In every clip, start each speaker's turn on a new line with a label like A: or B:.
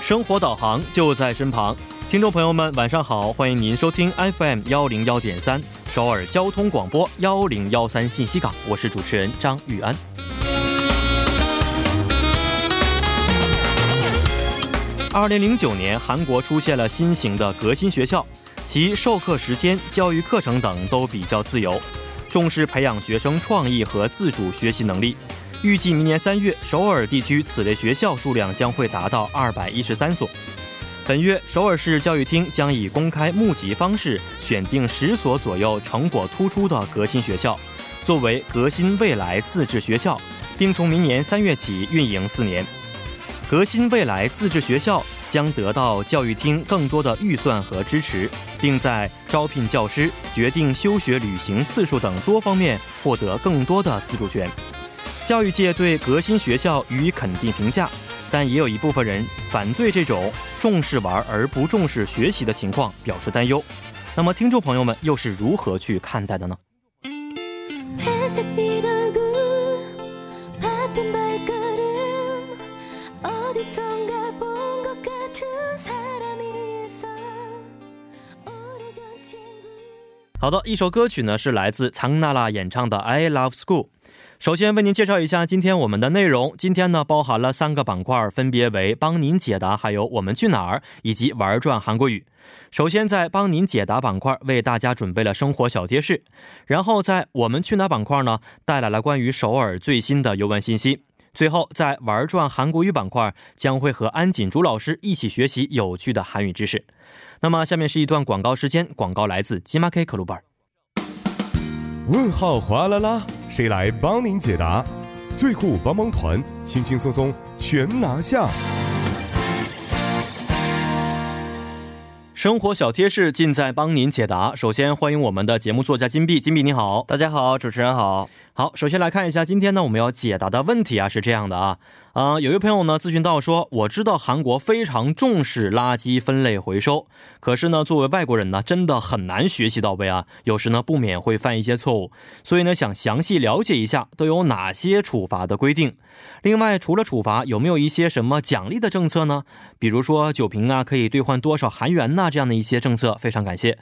A: 生活导航就在身旁。听众朋友们，晚上好，欢迎您收听 FM 幺零幺点三首尔交通广播幺零幺三信息港，我是主持人张玉安。二零零九年，韩国出现了新型的革新学校，其授课时间、教育课程等都比较自由，重视培养学生创意和自主学习能力。预计明年三月，首尔地区此类学校数量将会达到二百一十三所。本月，首尔市教育厅将以公开募集方式选定十所左右成果突出的革新学校，作为革新未来自治学校，并从明年三月起运营四年。革新未来自治学校将得到教育厅更多的预算和支持，并在招聘教师、决定休学旅行次数等多方面获得更多的自主权。教育界对革新学校予以肯定评价。但也有一部分人反对这种重视玩而不重视学习的情况，表示担忧。那么，听众朋友们又是如何去看待的呢？
B: 회색빛 얼굴 바쁜 발걸음 어디선가 본 것 같은 사람이 있어 오래전 친구
A: 好的，一首歌曲呢是来自藏娜娜演唱的《I Love School》。首先为您介绍一下今天我们的内容。今天呢包含了三个板块，分别为帮您解答，还有我们去哪儿，以及玩转韩国语。首先在帮您解答板块为大家准备了生活小贴士，然后在我们去哪儿板块呢带来了关于首尔最新的游玩信息。最后，在玩转韩国语板块将会和安锦珠老师一起学习有趣的韩语知识。那么，下面是一段广告时间，广告来自 g m a K 克鲁尔。
C: 问号哗啦啦，谁来帮您解答？最酷帮帮团，轻轻松松全拿下。
A: 生活小贴士尽在帮您解答。首先欢迎我们的节目作家金币，金币你好，大家好，主持人好。好，首先来看一下今天呢我们要解答的问题啊是这样的啊，呃，有一位朋友呢咨询到说，我知道韩国非常重视垃圾分类回收，可是呢作为外国人呢真的很难学习到位啊，有时呢不免会犯一些错误，所以呢想详细了解一下都有哪些处罚的规定。另外，除了处罚，有没有一些什么奖励的政策呢？比如说酒瓶啊，可以兑换多少韩元呐、这样的一些政策。非常感谢。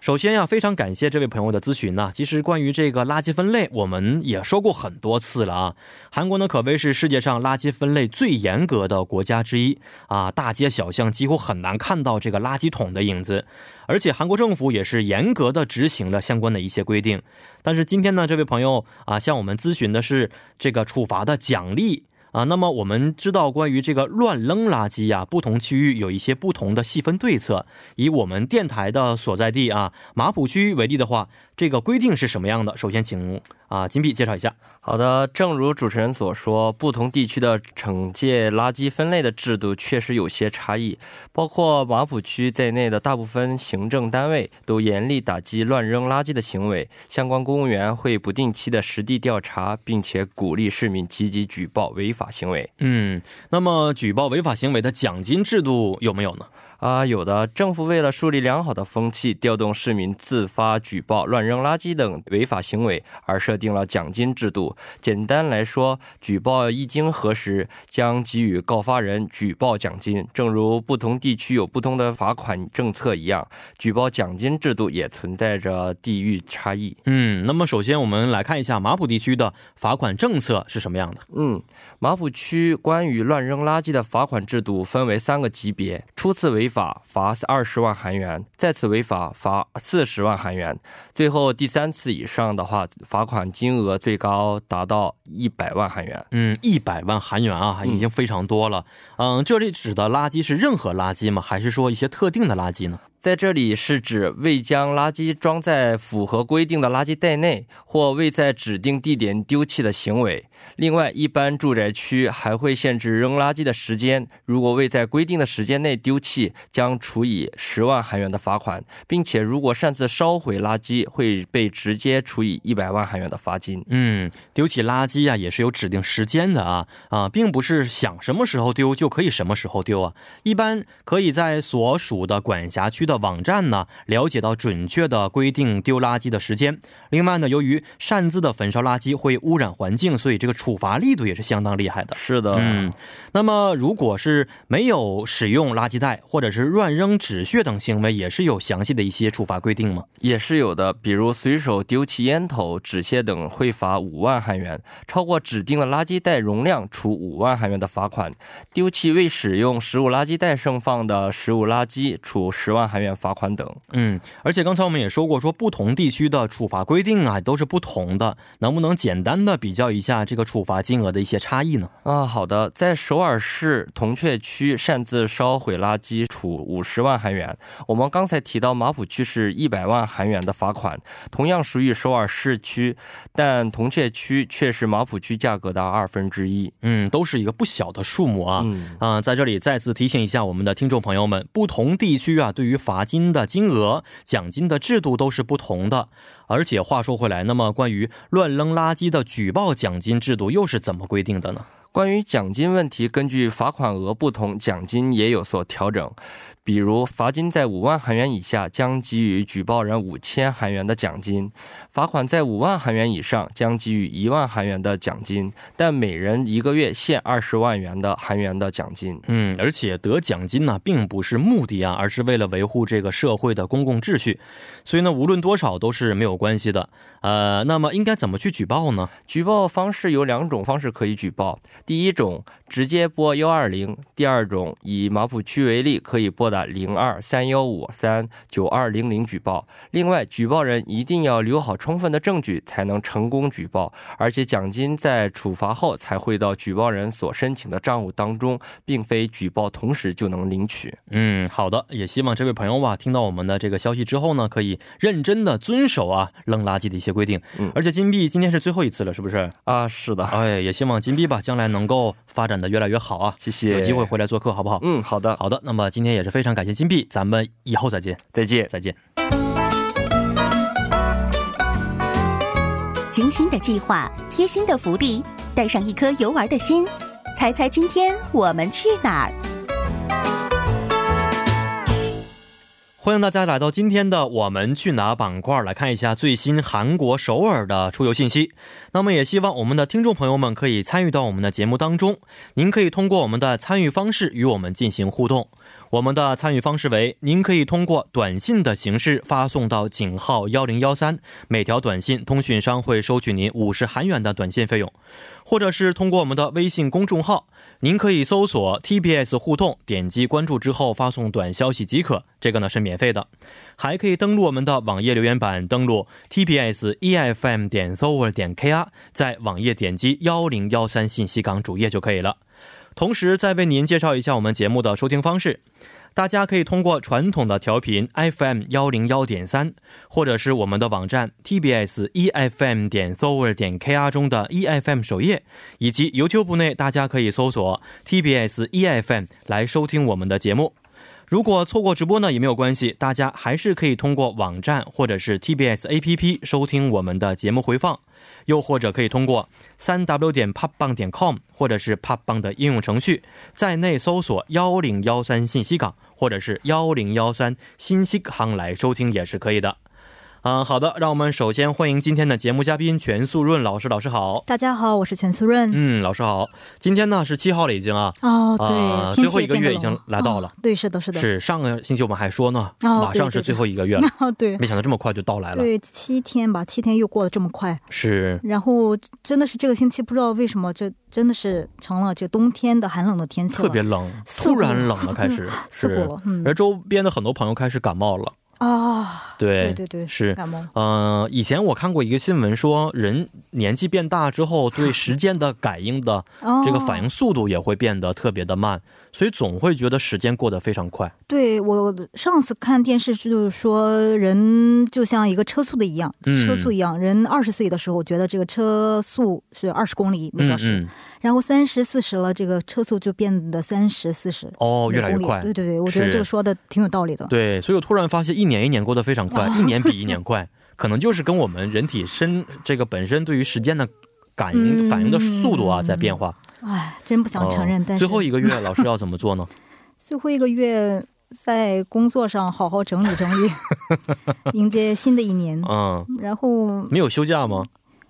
A: 首先呀、非常感谢这位朋友的咨询呐、其实关于这个垃圾分类，我们也说过很多次了啊。韩国呢可谓是世界上垃圾分类最严格的国家之一啊，大街小巷几乎很难看到这个垃圾桶的影子。而且韩国政府也是严格的执行了相关的一些规定。但是今天呢，这位朋友啊向我们咨询的是这个处罚的奖励。啊，那么我们知道关于这个乱扔垃圾呀、不同区域有一些不同的细分对策。以我们电台的所在地啊马浦区为例的话，这个规定是什么样的？首先请啊金币介绍一下。
D: 好的，正如主持人所说，不同地区的惩戒垃圾分类的制度确实有些差异。包括马浦区在内的大部分行政单位都严厉打击乱扔垃圾的行为，相关公务员会不定期的实地调查，并且鼓励市民积极举报违法行为。
A: 嗯，那么举报违法行为的奖金制度有没有呢？
D: 啊，有的政府为了树立良好的风气，调动市民自发举报乱扔垃圾等违法行为，而设定了奖金制度。简单来说，举报一经核实，将给予告发人举报奖金。正如不同地区有不同的罚款政策一样，举报奖金制度也存在着地域差异。
A: 嗯，那么首先我们来看一下马浦地区的罚款政策是什么样的。
D: 嗯，马浦区关于乱扔垃圾的罚款制度分为三个级别：初次违法罚二十万韩元，再次违法罚四十万韩元，最后第三次以上的话，罚款金额最高达到一百万韩元。
A: 嗯，一百万韩元啊，已经非常多了。嗯，这里指的垃圾是任何垃圾吗？还是说一些特定的垃圾呢？
D: 在这里是指未将垃圾装在符合规定的垃圾袋内，或未在指定地点丢弃的行为。另外，一般住宅区还会限制扔垃圾的时间，如果未在规定的时间内丢弃，将处以十万韩元的罚款，并且如果擅自烧毁垃圾，会被直接处以一百万韩元的罚金。
A: 嗯，丢弃垃圾呀、也是有指定时间的啊啊，并不是想什么时候丢就可以什么时候丢啊。一般可以在所属的管辖区的网站呢，了解到准确的规定丢垃圾的时间。另外呢，由于擅自的焚烧垃圾会污染环境，所以这个处罚力度也是相当厉害的。
D: 是的，
A: 嗯，那么如果是没有使用垃圾袋或者是乱扔纸屑等行为，也是有详细的一些处罚规定吗？
D: 也是有的，比如随手丢弃烟头、纸屑等，会罚五万韩元；超过指定的垃圾袋容量，处五万韩元的罚款；丢弃未使用食物垃圾袋盛放的食物垃圾，处十万韩元罚款等。
A: 嗯，而且刚才我们也说过，说不同地区的处罚规定啊都是不同的，能不能简单的比较一下这个处罚金额的一些差异呢？
D: 啊，好的，在首尔市铜雀区擅自烧毁垃圾处五十万韩元。我们刚才提到马浦区是一百万韩元的罚款，同样属于首尔市区，但铜雀区却是马浦区价格的二分之一。
A: 嗯，都是一个不小的数目啊。
D: 嗯，
A: 啊、在这里再次提醒一下我们的听众朋友们，不同地区啊，对于罚金的金额、奖金的制度都是不同的。而且话说回来，那么关于乱扔垃圾的举报奖金制度又是怎么规定的呢？
D: 关于奖金问题，根据罚款额不同，奖金也有所调整。比如，罚金在五万韩元以下，将给予举报人五千韩元的奖金；罚款在五万韩元以上，将给予一万韩元的奖金，但每人一个月限二十万元的韩元的奖金。
A: 嗯，而且得奖金呢、并不是目的啊，而是为了维护这个社会的公共秩序，所以呢，无论多少都是没有关系的。呃，那么应该怎么去举报呢？
D: 举报方式有两种方式可以举报：第一种直接拨幺二零；第二种以马浦区为例，可以拨打零二三幺五三九二零零举报。另外，举报人一定要留好充分的证据才能成功举报，而且奖金在处罚后才会到举报人所申请的账户当中，并非举报同时就能领取。
A: 嗯，好的，也希望这位朋友啊，听到我们的这个消息之后呢，可以认真的遵守啊扔垃圾的一些规定。
D: 嗯
A: 而且金币今天是最后一次了，是不是？
D: 啊，是的，
A: 哎，也希望金币吧，将来能够发展的越来越好啊。
D: 谢谢。
A: 有机会，回来做客好不好？
D: 嗯，好的，
A: 好的，那么今天也是非常感谢金币，咱们以后再见，
D: 再见。
A: 再见。
E: 精心的计划，贴心的福利，带上一颗游玩的心，猜猜今天我们去哪儿？
A: 欢迎大家来到今天的我们去哪板块，来看一下最新韩国首尔的出游信息。那么也希望我们的听众朋友们可以参与到我们的节目当中，您可以通过我们的参与方式与我们进行互动。我们的参与方式为：您可以通过短信的形式发送到井号幺零幺三，每条短信通讯商会收取您五十韩元的短信费用，或者是通过我们的微信公众号。您可以搜索 TBS 互动，点击关注之后发送短消息即可，这个呢是免费的。还可以登录我们的网页留言板，登录 TBS EFM E 点 s o v e r 点 KR，在网页点击幺零幺三信息港主页就可以了。同时，再为您介绍一下我们节目的收听方式。大家可以通过传统的调频 FM 幺零幺点三，或者是我们的网站 TBS EFM E 点 s o v e r 点 KR 中的 EFM 首页，以及 YouTube 内，大家可以搜索 TBS EFM E 来收听我们的节目。如果错过直播呢，也没有关系，大家还是可以通过网站或者是 TBS APP 收听我们的节目回放，又或者可以通过三 w 点 p o p b a n g 点 com 或者是 p o p b a n g 的应用程序，在内搜索幺零幺三信息港或者是幺零幺三信息港来收听也是可以的。嗯，好的，让我们首先欢迎今天的节目嘉宾全素润老师，老师好。
F: 大家好，我是全素润。
A: 嗯，老师好，今天呢是七号了已经啊，
F: 哦，对，
A: 啊
F: 天气
A: 最后一个
F: 也变得
A: 月已经
F: 冷
A: 来到了
F: 哦对，是的，是的，
A: 是上个星期我们还说呢，
F: 哦
A: 马上是
F: 对对对
A: 最后一个月了，
F: 哦，对，
A: 没想到这么快就到来了。
F: 对，七天吧，七天又过得这么快。
A: 是，
F: 然后真的是这个星期，不知道为什么，这真的是成了这冬天的寒冷的天气了，
A: 特别冷，
F: 四
A: 突
F: 股
A: 然冷了，开 始
F: 刺
A: 是
F: 骨了。。嗯
A: 而周边的很多朋友开始感冒了，
F: 啊，
A: 对
F: 对对对，
A: 是。
F: 感冒。
A: 嗯、以前我看过一个新闻说，人年纪变大之后，对时间的感应的
F: 哦，
A: 这个反应速度也会变得特别的慢，所以总会觉得时间过得非常快。
F: 对我上次看电视剧就是说，人就像一个车速的一样，
A: 嗯
F: 车速一样。人二十岁的时候觉得这个车速是二十公里每
A: 嗯
F: 小时，
A: 嗯，
F: 然后三十四十了，这个车速就变得三十四十。
A: 哦，越来越
F: 公里
A: 快。
F: 对对对，我觉得
A: 是
F: 这个说的挺有道理的。
A: 对，所以我突然发现，一年一年过得非常快，一年比一年 快，可能就是跟我们人体身这个本身对于时间的感应、
F: 嗯
A: 反应的速度啊在变化。
F: 唉，真不想承认，
A: 哦
F: 但是
A: 最后一个月老师要怎么做呢？
F: 最后一个月，在工作上好好整理整理， 迎接新的一年。
A: 嗯，
F: 然后
A: 没有休假吗？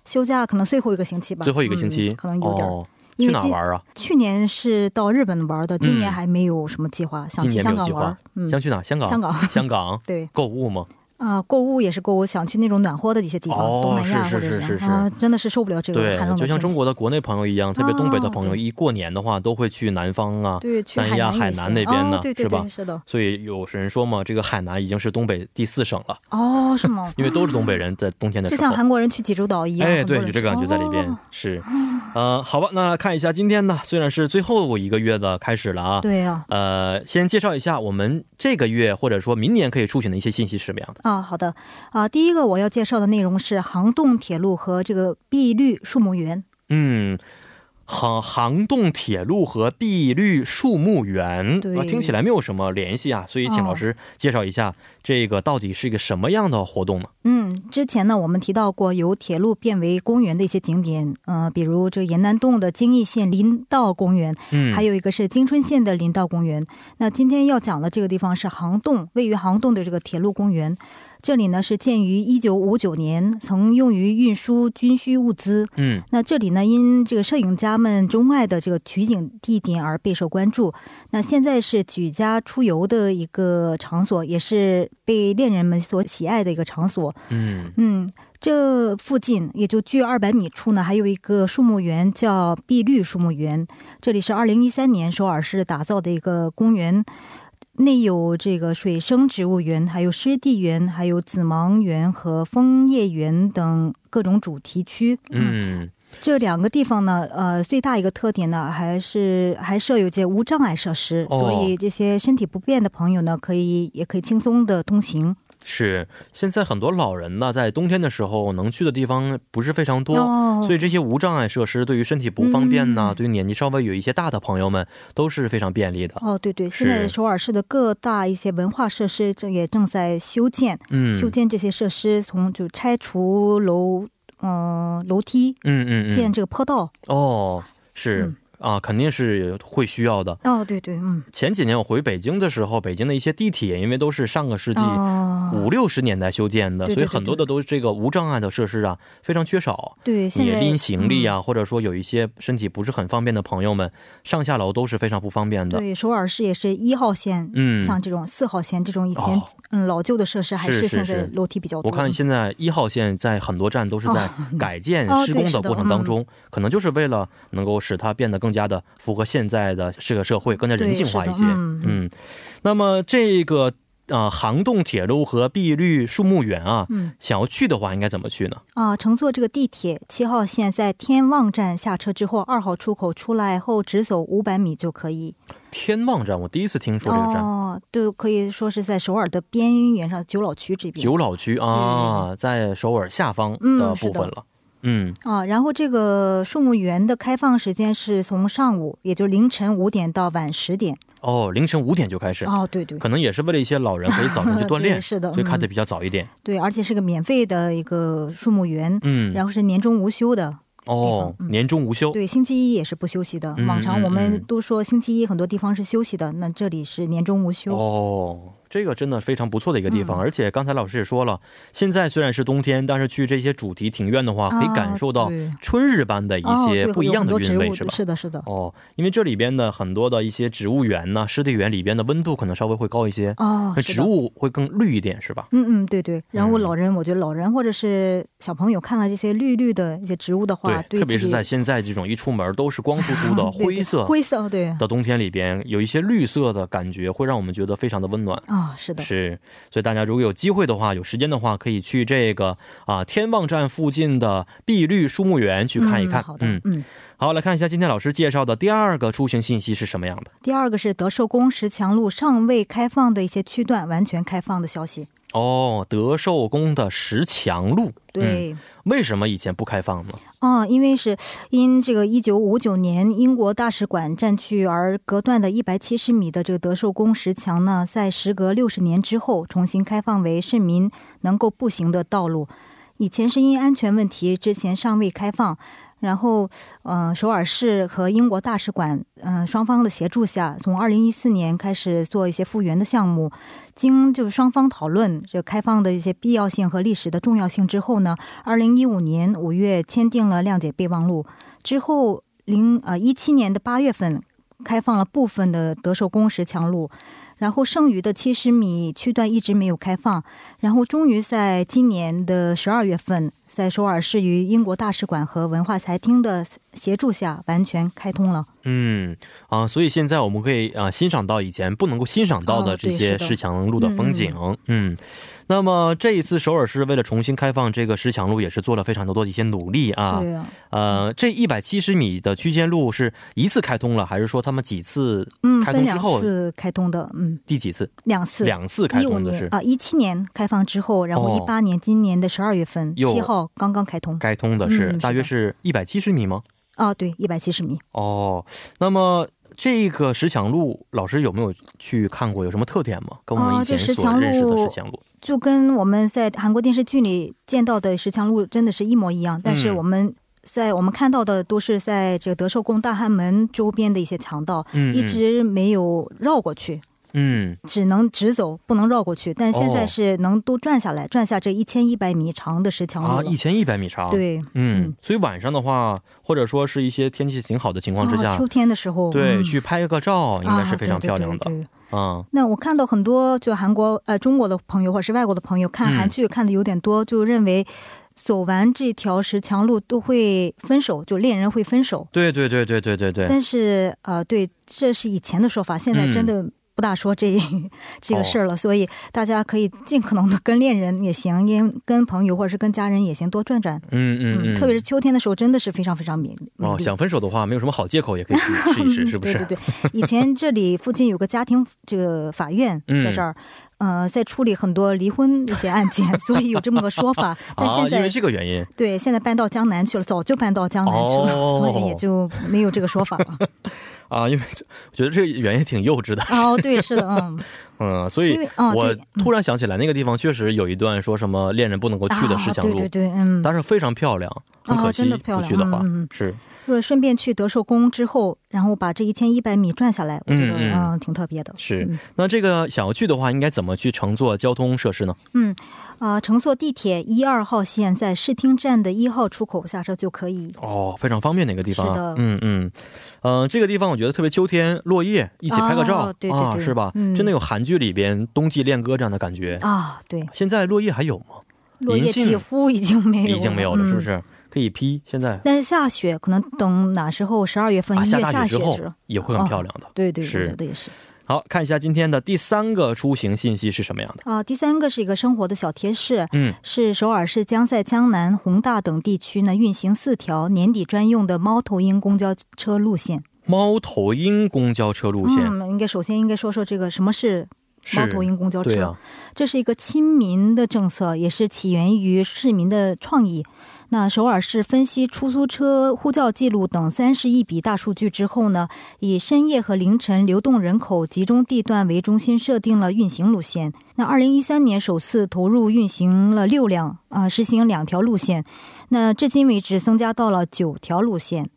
F: 休假可能最后一个星期吧，
A: 最后一个星期、
F: 嗯可能有点儿。
A: 哦，去
F: 因为
A: 哪
F: 今
A: 玩啊？
F: 去年是到日本玩的，今
A: 嗯
F: 年还没有什么计划，想
A: 今年
F: 去
A: 没
F: 香
A: 有
F: 港
A: 计
F: 玩
A: 划。，
F: 嗯，
A: 想去哪？香港，
F: 香港
A: 香港
F: 对
A: 购物吗？
F: 啊、购物也是购物，想去那种暖和的一些地方，
A: 哦
F: 东南亚
A: 是
F: 或者
A: 是是是
F: 啊、真的是受不了这个
A: 对
F: 寒冷，的
A: 就
F: 天气。
A: 像中国的国内朋友一样，特别东北的朋友，
F: 啊
A: 一过年的话都会去南方啊。
F: 对去
A: 三
F: 海
A: 亚
F: 南也
A: 海
F: 行
A: 南那边呢
F: 哦、对对
A: 是吧
F: 对，是的。
A: 所以有人说嘛，这个海南已经是东北第四省了，
F: 哦，是吗？
A: 因为都是东北人，在冬天的时
F: 就
A: 候。
F: 像韩国人去济州岛一样，
A: 哎，
F: 很多
A: 对，
F: 人
A: 有这个感觉在里边、啊
F: 哦
A: 是，呃，好吧，那看一下今天呢，虽然是最后一个月的开始了啊，
F: 对呀、
A: 呃，先介绍一下我们这个月或者说明年可以出行的一些信息是什么样的。
F: 啊。好的，啊，第一个我要介绍的内容是杭洞铁路和这个碧绿树木园。
A: 嗯，杭杭洞铁路和碧绿树木园
F: 对
A: 啊，听起来没有什么联系啊，所以请
F: 哦
A: 老师介绍一下这个到底是一个什么样的活动呢？
F: 嗯，之前呢，我们提到过由铁路变为公园的一些景点，呃，比如这个沿南洞的京义线林道公园，
A: 嗯，
F: 还有一个是金川县的林道公园。那今天要讲的这个地方是杭洞，位于杭洞的这个铁路公园。这里呢是建于一九五九年，曾用于运输军需物资。
A: 嗯
F: 那这里呢，因这个摄影家们钟爱的这个取景地点而备受关注。那现在是举家出游的一个场所，也是被恋人们所喜爱的一个场所。
A: 嗯
F: 嗯，这附近也就距二百米处呢，还有一个树木园叫碧绿树木园，这里是二零一三年首尔市打造的一个公园。内有这个水生植物园，还有湿地园，还有紫芒园和枫叶园等各种主题区。
A: 嗯
F: 这两个地方呢，呃，最大一个特点呢，还是还设有这无障碍设施，
A: 哦
F: 所以这些身体不便的朋友呢，可以也可以轻松的通行。
A: 是，现在很多老人呢，在冬天的时候能去的地方不是非常多。
F: 哦
A: 所以这些无障碍设施对于身体不方便呐、
F: 嗯
A: 对于年纪稍微有一些大的朋友们都是非常便利的。
F: 哦，对对，
A: 是
F: 现在首尔市的各大一些文化设施正也正在修建，
A: 嗯，
F: 修建这些设施，从就拆除楼，嗯、楼梯，
A: 嗯嗯
F: 建
A: 嗯，
F: 这个坡道。
A: 哦，是。
F: 嗯
A: 啊，肯定是会需要的。
F: 哦，对对，嗯，
A: 前几年我回北京的时候，北京的一些地铁，因为都是上个世纪
F: 哦，
A: 五六十年代修建的，
F: 对对
A: 所以
F: 对
A: 很多的都是这个无障碍的设施啊，非常缺少。
F: 对，
A: 你
F: 现在
A: 拎行李
F: 嗯
A: 啊，或者说有一些身体不是很方便的朋友们，上下楼都是非常不方便的。
F: 对，首尔市也是一号线，
A: 嗯
F: 像这种四号线这种以前、
A: 哦
F: 嗯老旧的设施，还
A: 是是
F: 现
A: 是
F: 在楼梯比较多。嗯
A: 我看现在一号线在很多站都是在改建
F: 哦
A: 施工
F: 对
A: 的
F: 是的
A: 过程当中，可能就是为了能够使它变得更加的符合现在的这个社会，更加人性化一些。
F: 对是的嗯
A: 嗯，那么这个呃杭洞铁路和碧绿树木园啊，
F: 嗯
A: 想要去的话应该怎么去呢？
F: 啊、乘坐这个地铁七号线，在天望站下车之后，二号出口出来后直走五百米就可以。
A: 天望站，我第一次听说这个站。
F: 哦，对，可以说是在首尔的边缘上，九老区这边。
A: 九老区啊，在首尔下方的
F: 嗯
A: 部
F: 是的
A: 分了。嗯，
F: 啊，然后这个树木园的开放时间是从上午，也就凌晨五点到晚十点。
A: 哦，凌晨五点就开始，
F: 哦，对对，
A: 可能也是为了一些老人可以早晨去锻炼，
F: 对是的
A: 所以开
F: 嗯
A: 的比较早一点。
F: 对，而且是个免费的一个树木园，
A: 嗯，
F: 然后是年终无休的，
A: 哦
F: 地方，嗯
A: 年终无休。
F: 对，星期一也是不休息的。
A: 嗯
F: 往常我
A: 嗯
F: 们
A: 嗯
F: 都说星期一很多地方是休息的，那这里是年终无休。
A: 哦，这个真的非常不错的一个地方，
F: 嗯
A: 而且刚才老师也说了，现在虽然是冬天，但是去这些主题庭院的话，可以感受
F: 啊
A: 到
F: 对
A: 春日般的一些
F: 哦对
A: 不一样的
F: 有很多
A: 韵
F: 植
A: 味，
F: 物
A: 是吧？
F: 是的，是的。
A: 哦，因为这里边的很多的一些植物园呢、湿地园里边的温度可能稍微会高一些，
F: 哦，
A: 那
F: 是
A: 植
F: 的。
A: 物会更绿一点，是吧？
F: 嗯嗯，对对。然后
A: 嗯
F: 老人，我觉得老人或者是小朋友看了这些绿绿的一些植物的话，
A: 特别
F: 自
A: 是
F: 己
A: 在现在这种一出门都是光秃秃 的
F: 对对
A: 灰色
F: 灰色，哦对
A: 的冬天里边，有一些绿色的感觉，会让我们觉得非常的温暖。
F: 啊、是的，
A: 是，所以大家如果有机会的话，有时间的话，可以去这个啊天望站附近的碧绿树木园去看一看
F: 嗯、。好的，嗯
A: 好，来看一下今天老师介绍的第二个出行信息是什么样的。
F: 第二个是德寿宫石墙路尚未开放的一些区段完全开放的消息。
A: 哦，德寿宫的石墙路，嗯，
F: 对，
A: 为什么以前不开放呢？
F: 哦，因为是因这个一九五九年英国大使馆占据而隔断的一百七十米的这个德寿宫石墙呢，在时隔六十年之后重新开放为市民能够步行的道路。以前是因安全问题，之前尚未开放。然后，呃，首尔市和英国大使馆，嗯、双方的协助下，从二零一四年开始做一些复原的项目。经就是双方讨论这开放的一些必要性和历史的重要性之后呢，二零一五年五月签订了谅解备忘录。之后零呃一七年的八月份，开放了部分的德寿宫石墙路，然后剩余的七十米区段一直没有开放，然后终于在今年的十二月份，在首尔市与英国大使馆和文化财厅的协助下完全开通了。
A: 嗯啊，所以现在我们可以啊、呃欣赏到以前不能够欣赏到的
F: 哦
A: 这
F: 对
A: 些
F: 是的
A: 石墙路的风景。嗯那么这一次首尔市为了重新开放这个石墙路，也是做了非常多的一些努力啊。
F: 对啊，
A: 呃，这一百七十米的区间路是一次开通了，还是说他们几次
F: 嗯，
A: 开通
F: 分
A: 之
F: 两
A: 后
F: 次开通的，嗯，
A: 第几次？
F: 两次。
A: 两次开
F: 一五
A: 通的
F: 年
A: 是
F: 啊，一七年开放之后，然后
A: 哦
F: 一八年、今年的十二月份
A: 又
F: 七号刚刚开通。
A: 开通的是、
F: 嗯是的
A: 大约是一百七十米吗？
F: 啊，对，一百七十米。
A: 哦，那么这个石墙路老师有没有去看过？有什么特点吗？跟我们
F: 哦
A: 以前
F: 这石
A: 所
F: 墙
A: 认识的
F: 路
A: 石墙路，
F: 就跟我们在韩国电视剧里见到的石墙路真的是一模一样，但
A: 嗯
F: 是我们在我们看到的都是在这个德寿宫大汉门周边的一些强盗，
A: 嗯，
F: 一直没有绕过去，
A: 嗯，
F: 只能直走，不能绕过去。但是现
A: 哦
F: 在是能都转下来，转下这一千一百米长的石
A: 嗯
F: 墙路
A: 啊，
F: 了。
A: 一千一百米长，，
F: 对，
A: 嗯
F: 嗯，
A: 所以晚上的话，或者说是一些天气挺好的情况之
F: 然
A: 下，
F: 后啊秋天的时候，
A: 对，
F: 嗯
A: 去拍个照应该是非常
F: 啊对对
A: 漂亮的
F: 对，对
A: 嗯，
F: 那我看到很多就韩国呃中国的朋友或者是外国的朋友看
A: 嗯
F: 韩剧看的有点多，就认为走完这条石墙路都会分手，就恋人会分手。
A: 对对对对对对对，
F: 但是呃，对，这是以前的说法，现在真
A: 嗯
F: 的不大说这、 这个
A: 哦
F: 事儿了。所以大家可以尽可能的跟恋人也行，跟跟朋友或者是跟家人也行，多转转。
A: 嗯嗯嗯，
F: 特别是秋天的时候，真的是非常非常美美
A: 哦，
F: 丽
A: 想分手的话，没有什么好借口，也可以去试一 试，
F: 嗯
A: 是不是？
F: 对对对，以前这里附近有个家庭这个法院
A: 嗯
F: 在这儿，呃，在处理很多离婚一些案件，所以有这么个说 法。但
A: 啊，
F: 现
A: 因
F: 在、
A: 为这个原因，
F: 对，现在搬到江南去了，早就搬到江南去了，
A: 哦
F: 所以也就没有这个说 法了。
A: 啊，因为这我觉得这个原因挺幼稚的，
F: 哦，对，是的，嗯，
A: 嗯，所以
F: 因为哦
A: 我
F: 对
A: 突然想起来，那个地方确实有一段说什么恋人不能够去的石
F: 啊，
A: 墙
F: 对
A: 路，
F: 对对，嗯，
A: 但是非常漂亮，很可
F: 哦，
A: 惜
F: 真的漂
A: 不
F: 亮，
A: 去的话、
F: 嗯嗯嗯，
A: 是，
F: 如果顺便去德寿宫之后，然后把这一千一百米转下来，我觉得
A: 嗯嗯
F: 嗯挺特别的。
A: 是
F: 嗯
A: 那这个想要去的话，应该怎么去乘坐交通设施呢？
F: 嗯，啊、乘坐地铁一二号线，在市厅站的一号出口下车就可以。
A: 哦，非常方便的一个地方啊。
F: 是的
A: 嗯嗯，呃，这个地方我觉得特别秋天落叶，一起拍个照，
F: 哦对对
A: 啊，
F: 对
A: 是吧、
F: 嗯
A: 真的有韩剧里边冬季恋歌这样的感觉。
F: 啊，对，
A: 现在落叶还有吗？
F: 落叶
A: 性
F: 几乎已经没有了，
A: 已经没有了，是不
F: 嗯？
A: 是？可以批。现在
F: 但是下雪可能等哪时候十二月份
A: 啊，
F: 一
A: 下
F: 月
A: 大
F: 下
A: 雪
F: 雪哦
A: 之后
F: 时候，
A: 也会很漂亮的。
F: 对对，
A: 是
F: 我觉得也是。
A: 好看一下今天的第三个出行信息是什么样的？
F: 啊、第三个是一个生活的小贴士，
A: 嗯，
F: 是首尔市将在江南、宏大等地区呢运行四条年底专用的猫头鹰公交车路线。
A: 猫头鹰公交车路线、
F: 嗯，应该首先应该说说这个什么是
A: 是
F: 猫头鹰公交车。
A: 对啊，
F: 这是一个亲民的政策，也是起源于市民的创意。那首尔市分析出租车呼叫记录等三十亿笔大数据之后呢，以深夜和凌晨流动人口集中地段为中心，设定了运行路线。那二零一三年首次投入运行了六辆，啊、实行两条路线。那至今为止增加到了九条路线。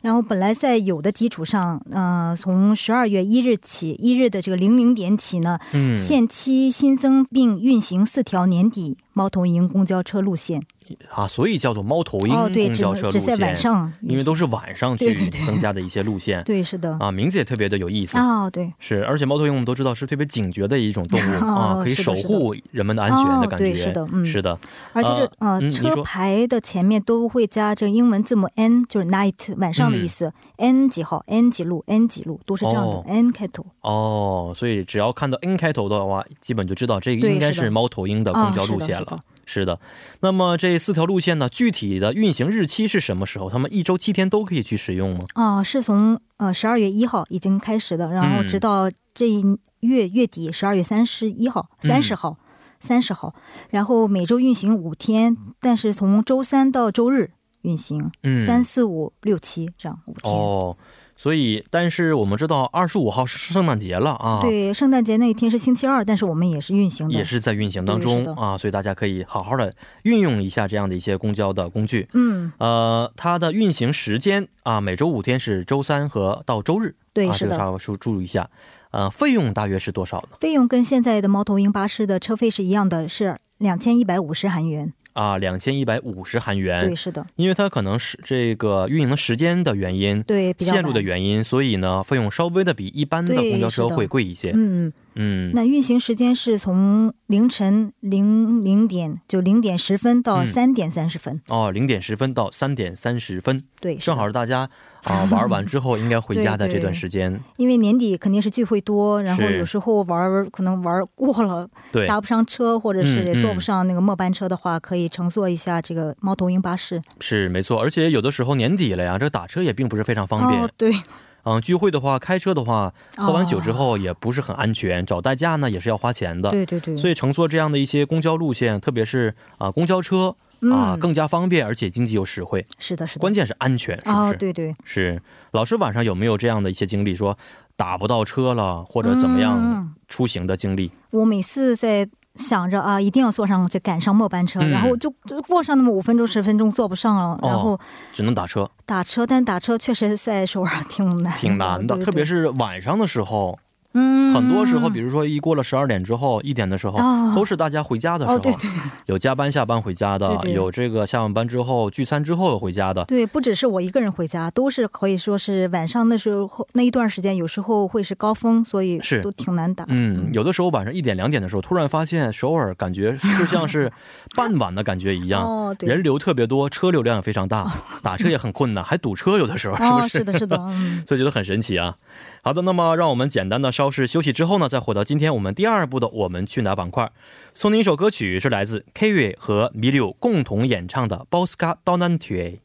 F: 然后本来在有的基础上，呃，从十二月一日起，一日的这个零零点起呢，
A: 嗯，
F: 限期新增并运行四条年底猫头鹰公交车路线。
A: 啊，所以叫做猫头鹰
F: 哦，对，
A: 公
F: 只
A: 交
F: 能
A: 车
F: 只
A: 路
F: 在
A: 线，
F: 晚上运行，
A: 因为都是晚上去
F: 对对对
A: 增加的一些路线
F: 对，是的。
A: 啊，名字也特别的有意思。
F: 啊、对，
A: 是，而且猫头鹰我们都知道是特别警觉的一种动物、
F: 哦
A: 啊，可以
F: 是的
A: 守护人们的安全的感觉。
F: 哦对是的嗯
A: 是的
F: 而且这、
A: 啊
F: 呃、
A: 嗯你说
F: 车牌的前面都会加这个英文字母 N，就是 night 晚上的意思、n 几号，N 几路，N 几路都是这样的、
A: 嗯哦
F: n 开头。
A: 哦，所以只要看到 N 开头的话，基本就知道这个
F: 对
A: 应该
F: 是的
A: 是猫头鹰的公交路线
F: 啊
A: 了
F: 是的是的。
A: 是的，那么这四条路线呢，具体的运行日期是什么时候？他们一周七天都可以去使用吗？
F: 啊、是从呃十二月一号已经开始的，然后
A: 嗯
F: 直到这一月月底十二月三十一号、三十
A: 嗯
F: 号、三十号，然后每周运行五天，但是从周三到周日运行，
A: 嗯，
F: 三四五六七这样五天。
A: 哦，所以，但是我们知道二十五号是圣诞节了啊，，
F: 对，圣诞节那一天是星期二，但是我们也是运行的，
A: 也是在运行当
F: 对
A: 中
F: 是的
A: 啊，所以大家可以好好的运用一下这样的一些公交的工具。
F: 嗯，
A: 呃，它的运行时间啊，每周五天是周三和到周日，
F: 对，
A: 啊，
F: 是
A: 这个
F: 的。
A: 稍微注注意一下。呃，费用大约是多少呢？
F: 费用跟现在的猫头鹰巴士的车费是一样的，是两千一百五十韩元。
A: 啊，两千一百五十韩
F: 对，
A: 元。
F: 是的，
A: 因为它可能是这个运营时间的原因，
F: 对，比较
A: 线路的
F: 晚
A: 原因，所以呢，费用稍微的比一般的
F: 对
A: 公交车
F: 是的
A: 会贵一些。
F: 嗯，嗯
A: 嗯，
F: 那运行时间是从凌晨零零点，就零点十分到
A: 嗯
F: 三点三十分。
A: 哦，零点十分到三点三十分，
F: 对，是
A: 正
F: 的
A: 好是大家 啊、玩完之后应该回家的这段时间。
F: 因为年底肯定是聚会多，然后
A: 是
F: 有时候玩儿可能玩儿过了，
A: 对
F: 搭不上车，或者是
A: 嗯
F: 也坐
A: 嗯
F: 不上那个末班车的话，可以乘坐一下这个猫头鹰巴士。
A: 是没错。而且有的时候年底了呀，这打车也并不是非常方便。
F: 哦，对，
A: 嗯，聚会的话，开车的话， 喝完酒之
F: 哦，
A: 后也不是很安全，找代驾呢也是要花钱的。
F: 对对对，
A: 所
F: 以
A: 以乘坐这样的一些公交路线，特别是啊、公交车啊、
F: 嗯，
A: 更加方便，而且经济又实惠。
F: 是的，是的，
A: 关键是安全，是不是？
F: 哦，对对，
A: 是，老师晚上有没有这样的一些经历，说打不到车了，或者怎么样
F: 嗯
A: 出行的经历？
F: 我每次在想着啊，一定要坐上这赶上末班车，
A: 嗯哦
F: 然后就就过上那么五分钟十分钟坐不上了，然后
A: 只能打车，
F: 打车，但打车确实在首尔挺难的，
A: 挺难的，
F: 哎对对
A: 特别
F: 对
A: 是晚上的时候，
F: 嗯，
A: 很多时候，比如说一过了十二点之后，一点的时候、
F: 哦
A: 都是大家回家的时候，
F: 哦，对对
A: 有加班下班回家的
F: 对对
A: 有这个下完班之后聚餐之后回家的，
F: 对，不只是我一个人回家，都是可以说是晚上那时候那一段时间，有时候会是高峰，所以
A: 是
F: 都挺难打。
A: 嗯，有的时候晚上一点两点的时候，突然发现首尔感觉就像 是傍晚的感觉一样。
F: 哦，对，
A: 人流特别多，车流量也非常大，打车也很困难，还 堵车，有的时候是不
F: 哦，
A: 是？
F: 是的，是的，嗯，
A: 所以觉得很神奇啊。好的，那么让我们简单的稍事休息之后呢，再回到今天我们第二部的我们去哪板块，送您一首歌曲，是来自 K 月和米柳共同演唱的《b o s c a d o n a n t e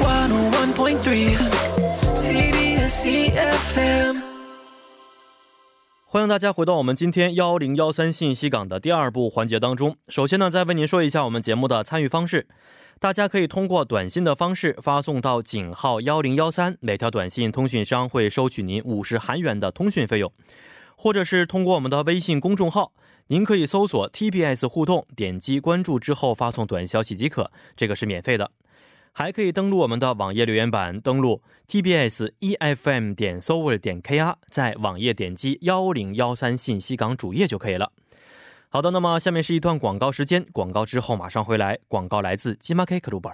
G: 101.3 CBS EFM
A: 欢迎大家回到我们今天幺零幺三信息港的第二部环节当中。首先呢，再为您说一下我们节目的参与方式，大家可以通过短信的方式发送到井号幺零幺三，每条短信通讯商会收取您五十韩元的通讯费用，或者是通过我们的微信公众号，您可以搜索 TBS 互动，点击关注之后发送短消息即可，这个是免费的。还可以登录我们的网页留言板，登录 tbs efm E 点 s o v e r 点 kr，在网页点击幺零幺三信息港主页就可以了。好的，那么下面是一段广告时间，广告之后马上回来。广告来自 g m a K Club。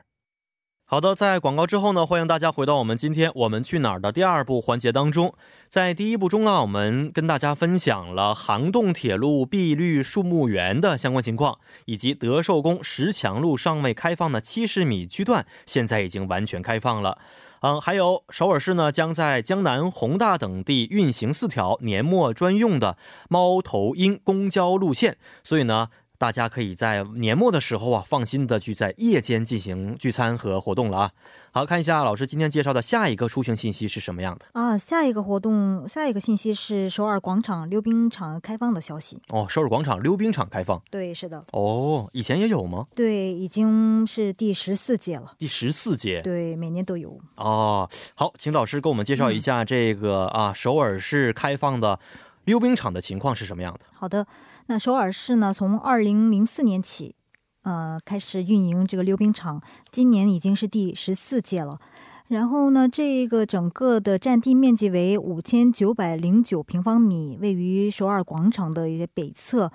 A: 好的，在广告之后呢，欢迎大家回到我们今天我们去哪儿的第二部环节当中。在第一部中啊，我们跟大家分享了杭洞铁路碧绿树木园的相关情况，以及德寿宫石墙路尚未开放的七十米区段，现在已经完全开放了。嗯，还有首尔市呢，将在江南、宏大等地运行四条年末专用的猫头鹰公交路线，所以呢。大家可以在年末的时候啊，放心的去在夜间进行聚餐和活动了啊。好看一下老师今天介绍的下一个出行信息是什么样的
F: 啊，下一个活动，下一个信息是首尔广场溜冰场开放的消息。
A: 哦。首尔广场溜冰场开放
F: 对，是的，
A: 哦，以前也有吗？
F: 对，已经是第十四届了。
A: 第十四届
F: 对，每年都有。
A: 哦。好，请老师给我们介绍一下这个、啊，首尔市开放的溜冰场的情况是什么样的？
F: 好的，那首尔市呢，从二零零四年起，呃，开始运营这个溜冰场，今年已经是第十四届了。然后呢，这个整个的占地面积为五千九百零九平方米，位于首尔广场的一些北侧。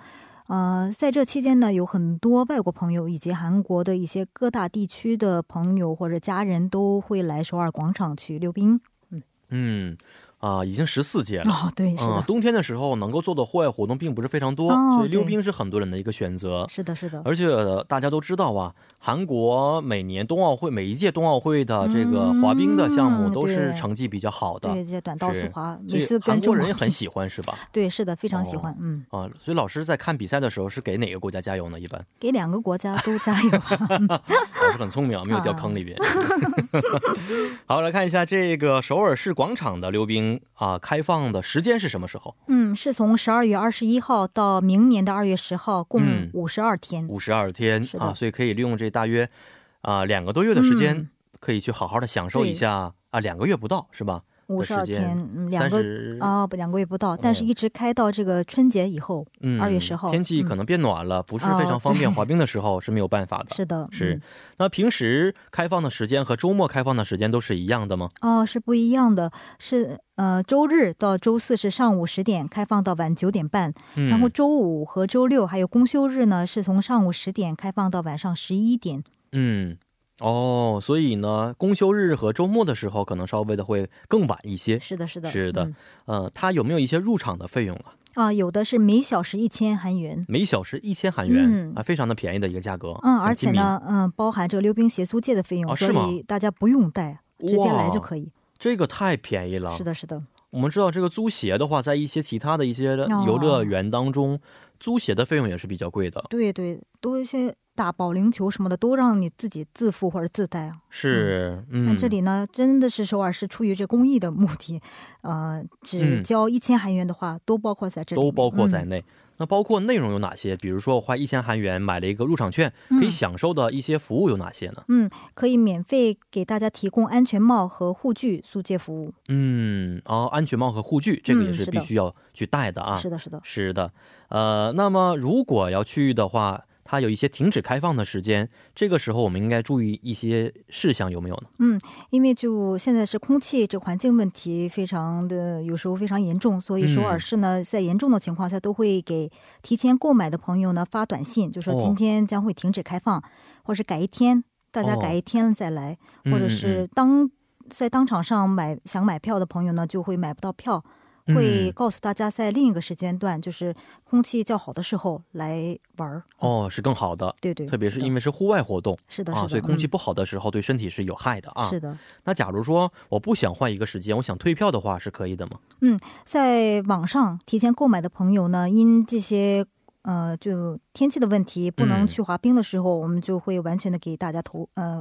F: 呃，在这期间呢，有很多外国朋友以及韩国的一些各大地区的朋友或者家人都会来首尔广场去溜冰。
A: 嗯，啊、已经十四届了。
F: 哦，对，是
A: 嗯
F: 的，，
A: 冬天的时候能够做的户外活动并不是非常多，
F: 哦
A: 所以溜
F: 对
A: 冰是很多人的一个选择。
F: 是的，是的，
A: 而且呃大家都知道啊，韩国每年冬奥会每一届冬奥会的这个滑冰的项目
F: 嗯
A: 都是
F: 对
A: 成绩比较好的，
F: 对，这短道
A: 是
F: 速滑，
A: 所
F: 每
A: 以
F: 次
A: 韩
F: 跟
A: 国
F: 中
A: 人
F: 国
A: 也很喜欢，是吧？
F: 对，是的，非常喜
A: 哦
F: 欢，嗯，
A: 啊，所以老师在看比赛的时候是给哪个国家加油呢？一般
F: 给两个国家都加 油啊，
A: 老师很聪明啊，没有掉坑里边。 好，来看一下这个首尔市广场的溜冰啊、开放的时间是什么时候？
F: 嗯，是从十二月二十一号到明年的二月十号，
A: 嗯
F: 共五十二天。
A: 五十二天
F: 是的
A: 啊，所以可以利用这大约啊、两个多月的时间，
F: 嗯
A: 可以去好好的享受一
F: 对
A: 下啊，两个月不到是吧？
F: 五十二
A: 时间
F: 天，嗯，两
A: 三
F: 个
A: 十
F: 啊，不，两个月不到，但是
A: 嗯
F: 一直开到这个春节以后，
A: 嗯，
F: 2月10号哦
A: 天气可能变暖了，不是非常方便滑冰的时候是没有办法的。
F: 是的，嗯
A: 是那平时开放的时间和周末开放的时间都是一样的吗？
F: 嗯，哦，是不一样的，是呃，周日到周四是上午十点开放到晚九点半，
A: 嗯，
F: 然后周五和周六还有公休日呢，是从上午十点开放到晚上十一点，
A: 嗯，哦，所以呢，公休日和周末的时候可能稍微的会更晚一些。
F: 是的，是的，
A: 是的
F: 嗯
A: 呃，它有没有一些入场的费用啊？
F: 啊，有的是每小时一千韩元。
A: 每小时一千韩元、
F: 嗯
A: 啊，非常的便宜的一个价格。
F: 嗯，
A: 很
F: 而
A: 亲
F: 且
A: 民，
F: 呢，嗯，包含这个溜冰鞋租借的费用，
A: 哦
F: 所
A: 是吗
F: 以大家不用带，直接来就
A: 哇啊
F: 可以。
A: 这个太便宜了。
F: 是的，是的，
A: 我们知道这个租鞋的话，在一些其他的一些游乐园当中，租鞋的费用也是比较贵的。
F: 哦对对，都一些打保龄球什么的都让你自己自付或者自带啊。
A: 是，嗯，
F: 但这里呢，真的是首尔是出于这公益的目的，呃，只
A: 嗯
F: 交一千韩元的话，都包括在这里面，
A: 都包括在
F: 嗯
A: 内。那包括内容有哪些？比如说，我花一千韩元买了一个入场券，可以
F: 嗯
A: 享受的一些服务有哪些呢？
F: 可以免费给大家提供安全帽和护具租借服务。
A: 嗯，哦，安全帽和护具，这个
F: 嗯
A: 也是
F: 是
A: 必
F: 的
A: 须要去带的啊。
F: 是的，是的，
A: 是的，呃，那么如果要去的话，它有一些停止开放的时间，这个时候我们应该注意一些事项，有没有呢？
F: 因为就现在是空气这个环境问题非常的，有时候非常严重，所以首尔
A: 嗯
F: 市呢，在严重的情况下都会给提前购买的朋友呢发短信，就说
A: 哦
F: 今天将会停止开放，或是改一天，大家
A: 哦
F: 改一天了再来。
A: 嗯
F: 或者
A: 嗯
F: 是
A: 嗯
F: 当在当场上买想买票的朋友呢，就会买不到票，会
A: 嗯
F: 告诉大家在另一个时间段，就是空气较好的时候来玩儿。
A: 哦，是更好的，
F: 对对，
A: 特别是因
F: 为
A: 为是户外活动
F: 是的，是
A: 啊，
F: 的，
A: 所以空气
F: 嗯
A: 不好的时候对身体是有害的啊。
F: 是的，
A: 那假如说我不想换一个时间，我想退票的话，是可以的吗？
F: 在网上提前购买的朋友呢，因这些。呃，就天气的问题，不能
A: 嗯
F: 去滑冰的时候，我们就会完全的给大家投呃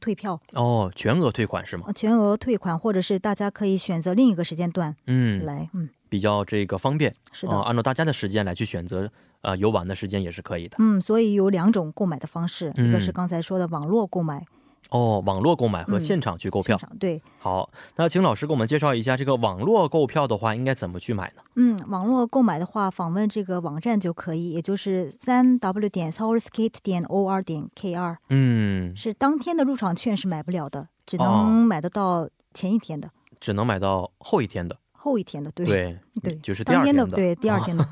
F: 退票，
A: 哦，全额退款是吗？
F: 呃全额退款，或者是大家可以选择另一个时间段
A: 嗯，
F: 来，嗯，
A: 比较这个方便
F: 是的，
A: 啊、按照大家的时间来去选择，呃，游玩的时间也是可以的。
F: 嗯，所以有两种购买的方式，一个
A: 嗯
F: 是刚才说的网络购买
A: 哦，网络购买和
F: 嗯
A: 现场去购票
F: 现。场对，
A: 好，那请老师给我们介绍一下这个网络购票的话，应该怎么去买呢？
F: 嗯，网络购买的话，访问这个网站就可以，也就是三 w 点 sourskate 点 or 点 kr，
A: 嗯，
F: 是当天的入场券是买不了的，只
A: 哦
F: 能买得到前一天的、
A: 只能买到后一天的，
F: 后一天的，对
A: 对，
F: 对，
A: 就是第
F: 当
A: 二
F: 天
A: 天
F: 的，
A: 的，
F: 对，第二
A: 啊
F: 天 的，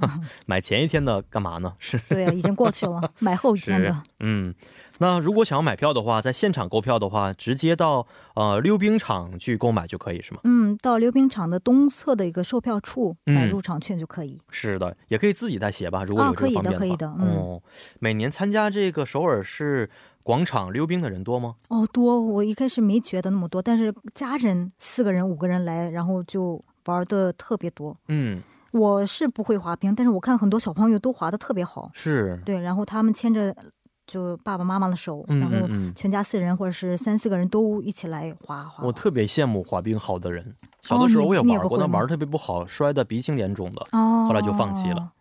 A: 买前一天的干嘛呢？是，
F: 对啊，已经过去了，买后一天的，
A: 嗯，那如果想要买票的话，在现场购票的话，直接到呃溜冰场去购买就可以，是吗？
F: 嗯，到溜冰场的东侧的一个售票处买
A: 嗯
F: 入场券就可以，
A: 是的，也可以自己带鞋吧，如果有这个方便
F: 啊可以的
A: 话
F: 可以的嗯
A: 哦，每年参加这个首尔市广场溜冰的人多吗？
F: 哦，多，我一开始没觉得那么多，但是家人四个人、五个人来，然后就玩的特别多。
A: 嗯，
F: 我是不会滑冰，但是我看很多小朋友都滑的特别好，
A: 是，
F: 对，然后他们牵着就爸爸妈妈的手，
A: 嗯
F: 然
A: 嗯
F: 后
A: 嗯。
F: 全家四人或者是三四个人都一起来滑滑。
A: 我
F: 滑
A: 特别羡慕滑冰好的人，小的时候
F: 哦你
A: 我也
F: 你也
A: 玩
F: 不
A: 过，
F: 会
A: 但
F: 吗
A: 玩的特别不好，摔得鼻青脸肿 的。
F: 哦，
A: 后来就放弃了。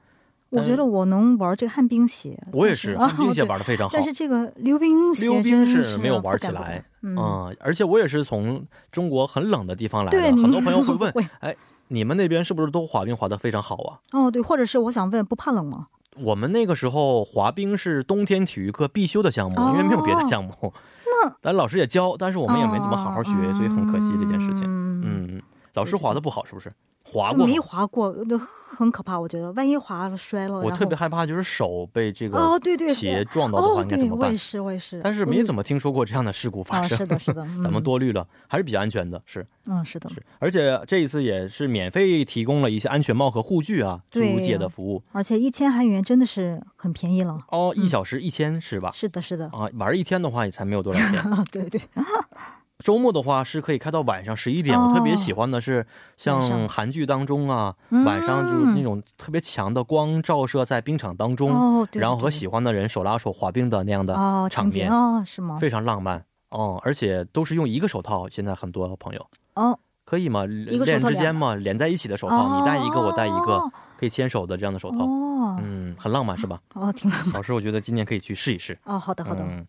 F: 我觉得我能玩这个旱冰鞋，
A: 我也
F: 但
A: 是，
F: 啊
A: 旱冰鞋
F: 对
A: 玩的非常好
F: 但，是这个溜冰鞋
A: 溜冰
F: 真
A: 是
F: 是
A: 没有
F: 不
A: 玩起
F: 敢不
A: 来
F: 敢，嗯，
A: 嗯，而且我也是从中国很冷的地方来的，
F: 对，
A: 很
F: 你
A: 多朋友会问， 哎
F: 会
A: 你们那边是不是都滑冰滑得非常好啊？
F: 哦，对，或者是我想问，不怕冷吗？
A: 我们那个时候滑冰是冬天体育课必修的项目，因为没有别
F: 哦
A: 的项目。 那咱老师也教，但是我
F: 我
A: 们也没怎么好好学，所以很可惜这件事情。
F: 哦嗯
A: 嗯，老师滑的不好是不是？滑
F: 就
A: 过吗
F: 没滑过，那很可怕。我觉得万一滑了摔了，
A: 我
F: 然
A: 特
F: 后
A: 别害怕就是手被这
F: 哦，
A: 个
F: 对对，
A: 鞋撞到的话
F: 哦，
A: 应该
F: 对，
A: 怎么
F: 我
A: 办
F: 也？是，我也是，
A: 但是
F: 我
A: 没
F: 有
A: 怎么听说过这样的事故发
F: 啊，
A: 生。
F: 是的，是的，嗯、
A: 咱们多虑了，还是比较安全的，是
F: 嗯，是的，
A: 是，而且这一次也是免费提供了一些安全帽和护具啊，
F: 对
A: 租借的服务
F: 而且一千韩元真的是很便宜了。
A: 哦，一小时一千是吧？
F: 是的，是的，
A: 啊，玩一天的话也才没有多少钱。
F: 啊， 对对，
A: 周末的话是可以开到晚上十一点，
F: 哦
A: 我特别喜欢的是
F: 晚
A: 像
F: 上
A: 韩剧当中啊，
F: 嗯
A: 晚上就是那种特别强的光照射在冰场当中，
F: 哦，对，
A: 然后和
F: 对
A: 喜欢的人手拉手滑冰的那样的
F: 哦
A: 场
F: 情景
A: 面，
F: 哦，是吗？
A: 非常浪漫哦，而且都是用一个手套，现在很多朋友。
F: 哦，
A: 可以吗？
F: 个手
A: 链
F: 套
A: 之
F: 两
A: 间
F: 个
A: 嘛，连在一起的手套，你戴一个，我戴一个，可以牵手的这样的手套，
F: 哦，
A: 嗯，很浪漫是 吧？
F: 哦，挺好，
A: 老师，我觉得今年可以去试一试。
F: 哦，好 的，好的，
A: 嗯，